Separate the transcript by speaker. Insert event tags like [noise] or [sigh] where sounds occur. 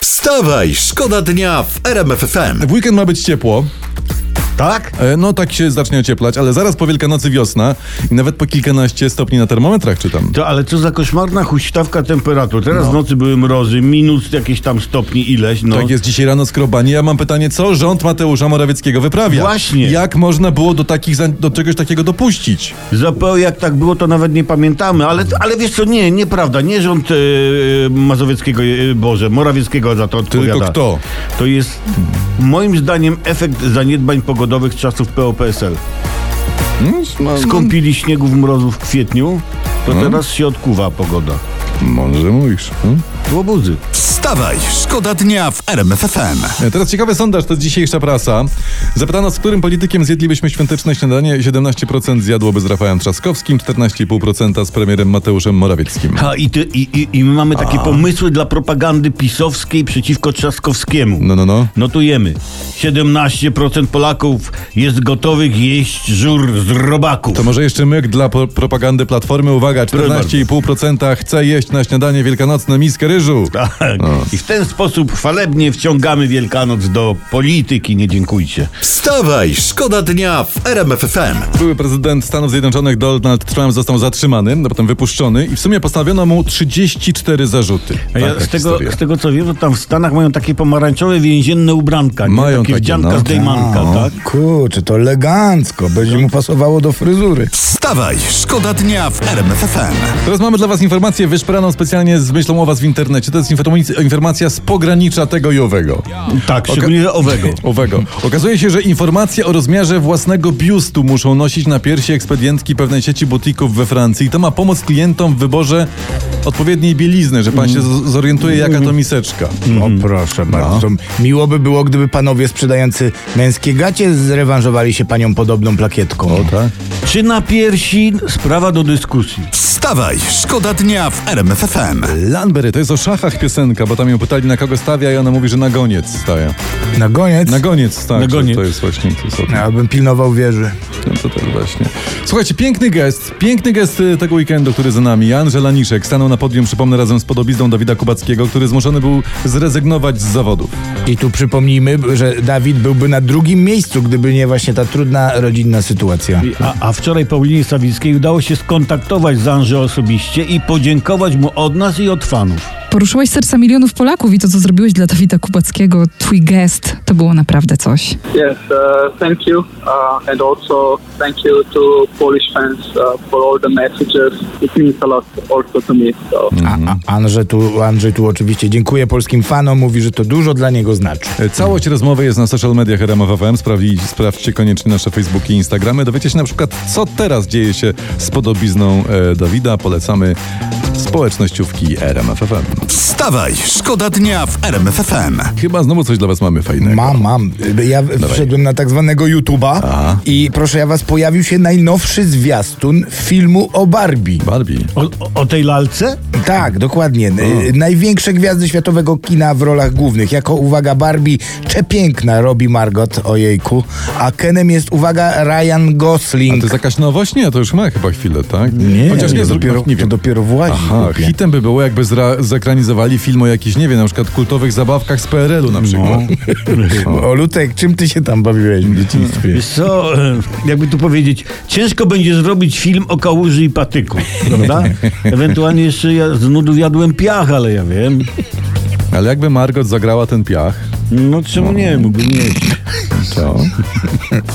Speaker 1: Wstawaj, szkoda dnia w RMF FM.
Speaker 2: W weekend ma być ciepło.
Speaker 1: Tak?
Speaker 2: E, No tak się zacznie ocieplać, ale zaraz po Wielkanocy wiosna i nawet po kilkanaście stopni na termometrach czytam.
Speaker 3: To, ale co za koszmarna huśtawka temperatur. Teraz w nocy były mrozy, minus jakieś tam stopni ileś. No.
Speaker 2: No. Tak jest dzisiaj rano skrobanie. Ja mam pytanie, co rząd Mateusza Morawieckiego wyprawia?
Speaker 3: Właśnie.
Speaker 2: Jak można było do, takich, za- do czegoś takiego dopuścić?
Speaker 3: Zapał jak tak było, to nawet nie pamiętamy. Ale, ale wiesz co, nie, nieprawda. Nie rząd e, Mazowieckiego, e, Boże, Morawieckiego za to odpowiada.
Speaker 2: kto?
Speaker 3: To jest moim zdaniem efekt zaniedbań pogodowych czasów POPSL.
Speaker 2: Hmm? No,
Speaker 3: Skąpili śniegów mrozów w kwietniu, to teraz się odkuwa pogoda.
Speaker 2: Może mówisz. Hmm?
Speaker 3: Łobuzy.
Speaker 1: Wstawaj, szkoda dnia w RMF FM.
Speaker 2: E, Teraz ciekawy sondaż, to jest dzisiejsza prasa. Zapytano, z którym politykiem zjedlibyśmy świąteczne śniadanie. 17% zjadłoby z Rafałem Trzaskowskim, 14,5% z premierem Mateuszem Morawieckim.
Speaker 3: Ha, i, ty, i, i, I my mamy takie pomysły dla propagandy pisowskiej przeciwko Trzaskowskiemu.
Speaker 2: No, no, no.
Speaker 3: Notujemy, 17% Polaków jest gotowych jeść żur z robaków.
Speaker 2: To może jeszcze myk dla po- propagandy Platformy. Uwaga, 14,5% chce jeść na śniadanie wielkanocne miskę ryżu.
Speaker 3: Tak. I w ten sposób chwalebnie wciągamy Wielkanoc do polityki, nie dziękujcie.
Speaker 1: Wstawaj, szkoda dnia w RMF FM.
Speaker 2: Były prezydent Stanów Zjednoczonych Donald Trump został zatrzymany, no potem wypuszczony i w sumie postawiono mu 34 zarzuty.
Speaker 3: A ja
Speaker 2: Taka
Speaker 3: z, tego,
Speaker 2: historia.
Speaker 3: z tego co wiem, to tam w Stanach mają takie pomarańczowe więzienne ubranka. Nie?
Speaker 2: Mają
Speaker 3: takie
Speaker 2: takie,
Speaker 3: wdzianka
Speaker 2: no.
Speaker 3: z dejmanka,
Speaker 4: O,
Speaker 3: tak?
Speaker 4: Kurczę, to elegancko. Będzie mu pasowało do fryzury.
Speaker 1: Wstawaj, szkoda dnia w RMF FM.
Speaker 2: Teraz mamy dla was informację wyszperaną specjalnie z myślą o was w internecie. To jest informac- informacja z pogranicza tego i owego.
Speaker 3: Tak, szczególnie owego.
Speaker 2: [laughs] Owego. Okazuje się, że informacje o rozmiarze własnego biustu muszą nosić na piersi ekspedientki pewnej sieci butików we Francji. I to ma pomóc klientom w wyborze odpowiedniej bielizny, że pan się
Speaker 3: Mm.
Speaker 2: z- zorientuje, jaka to miseczka.
Speaker 4: O proszę bardzo. Miło by było, gdyby panowie sprzedający męskie gacie zrewanżowali się panią podobną plakietką. O tak?
Speaker 3: Czy na piersi? Sprawa do dyskusji.
Speaker 1: Wstawaj, szkoda dnia w RMF FM.
Speaker 2: Lanbery, to jest o szachach piosenka, bo tam ją pytali na kogo stawia i ona mówi, że na goniec stawia.
Speaker 4: Na koniec.
Speaker 2: Na goniec, tak.
Speaker 3: Na
Speaker 2: że
Speaker 3: goniec. No.
Speaker 2: To jest właśnie to jest o tym.
Speaker 4: Ja bym pilnował wieży.
Speaker 2: No to tak właśnie. Słuchajcie, piękny gest, piękny gest y, tego weekendu, który za nami. Jan Żelaniszek stanął na podium, przypomnę, razem z podobizną Dawida Kubackiego, który zmuszony był zrezygnować z zawodów.
Speaker 4: I tu przypomnijmy, że Dawid byłby na drugim miejscu, gdyby nie właśnie ta trudna rodzinna sytuacja.
Speaker 3: A, a wczoraj Paulinie Sawickiej udało się skontaktować z Anże osobiście i podziękować mu od nas i od fanów.
Speaker 5: Poruszyłeś serca milionów Polaków i to, co zrobiłeś dla Dawida Kubackiego, twój gest, to było naprawdę coś.
Speaker 6: Yes, uh, thank you, uh, and also thank you to Polish fans uh, for all the messages. It means a lot also to me. So.
Speaker 4: A, a Andrzej, tu, Andrzej tu oczywiście dziękuję polskim fanom, mówi, że to dużo dla niego znaczy.
Speaker 2: E, Całość rozmowy jest na social mediach RMFFM. Sprawdzi, sprawdźcie koniecznie nasze Facebooki i Instagramy. Dowiecie się na przykład, co teraz dzieje się z podobizną e, Dawida. Polecamy społecznościówki RMFFM.
Speaker 1: Wstawaj, szkoda dnia w RMF FM.
Speaker 2: Chyba znowu coś dla was mamy fajnego.
Speaker 4: Mam, mam. Ja wszedłem na tak zwanego YouTube'a i proszę ja was, pojawił się najnowszy zwiastun filmu o Barbie.
Speaker 2: Barbie.
Speaker 3: O, o, o tej lalce?
Speaker 4: Tak, dokładnie. Y, Największe gwiazdy światowego kina w rolach głównych. Jako, uwaga, Barbie przepiękna robi Margot, ojejku. A Kenem jest, uwaga, Ryan
Speaker 2: A to
Speaker 4: Gosling.
Speaker 2: jest jakaś nowość? Nie, to już ma chyba chwilę, tak? Chociaż nie,
Speaker 4: to
Speaker 2: zrób-
Speaker 4: dopiero,
Speaker 2: nie
Speaker 4: to
Speaker 2: wiem.
Speaker 4: dopiero właśnie.
Speaker 2: Aha, hitem by było, jakby zra- zekranizowali film o jakichś, nie wiem, na przykład kultowych zabawkach z PRL-u na przykład.
Speaker 4: O, Lutek, czym ty się tam bawiłeś w dzieciństwie?
Speaker 3: Wiesz co, e, jakby tu powiedzieć, ciężko będzie zrobić film o kałuży i patyku, prawda? Ewentualnie jeszcze ja z nudów jadłem piach, ale ja wiem.
Speaker 2: Ale jakby Margot zagrała ten piach,
Speaker 3: No czemu nie, mógłbym jeść.
Speaker 2: to...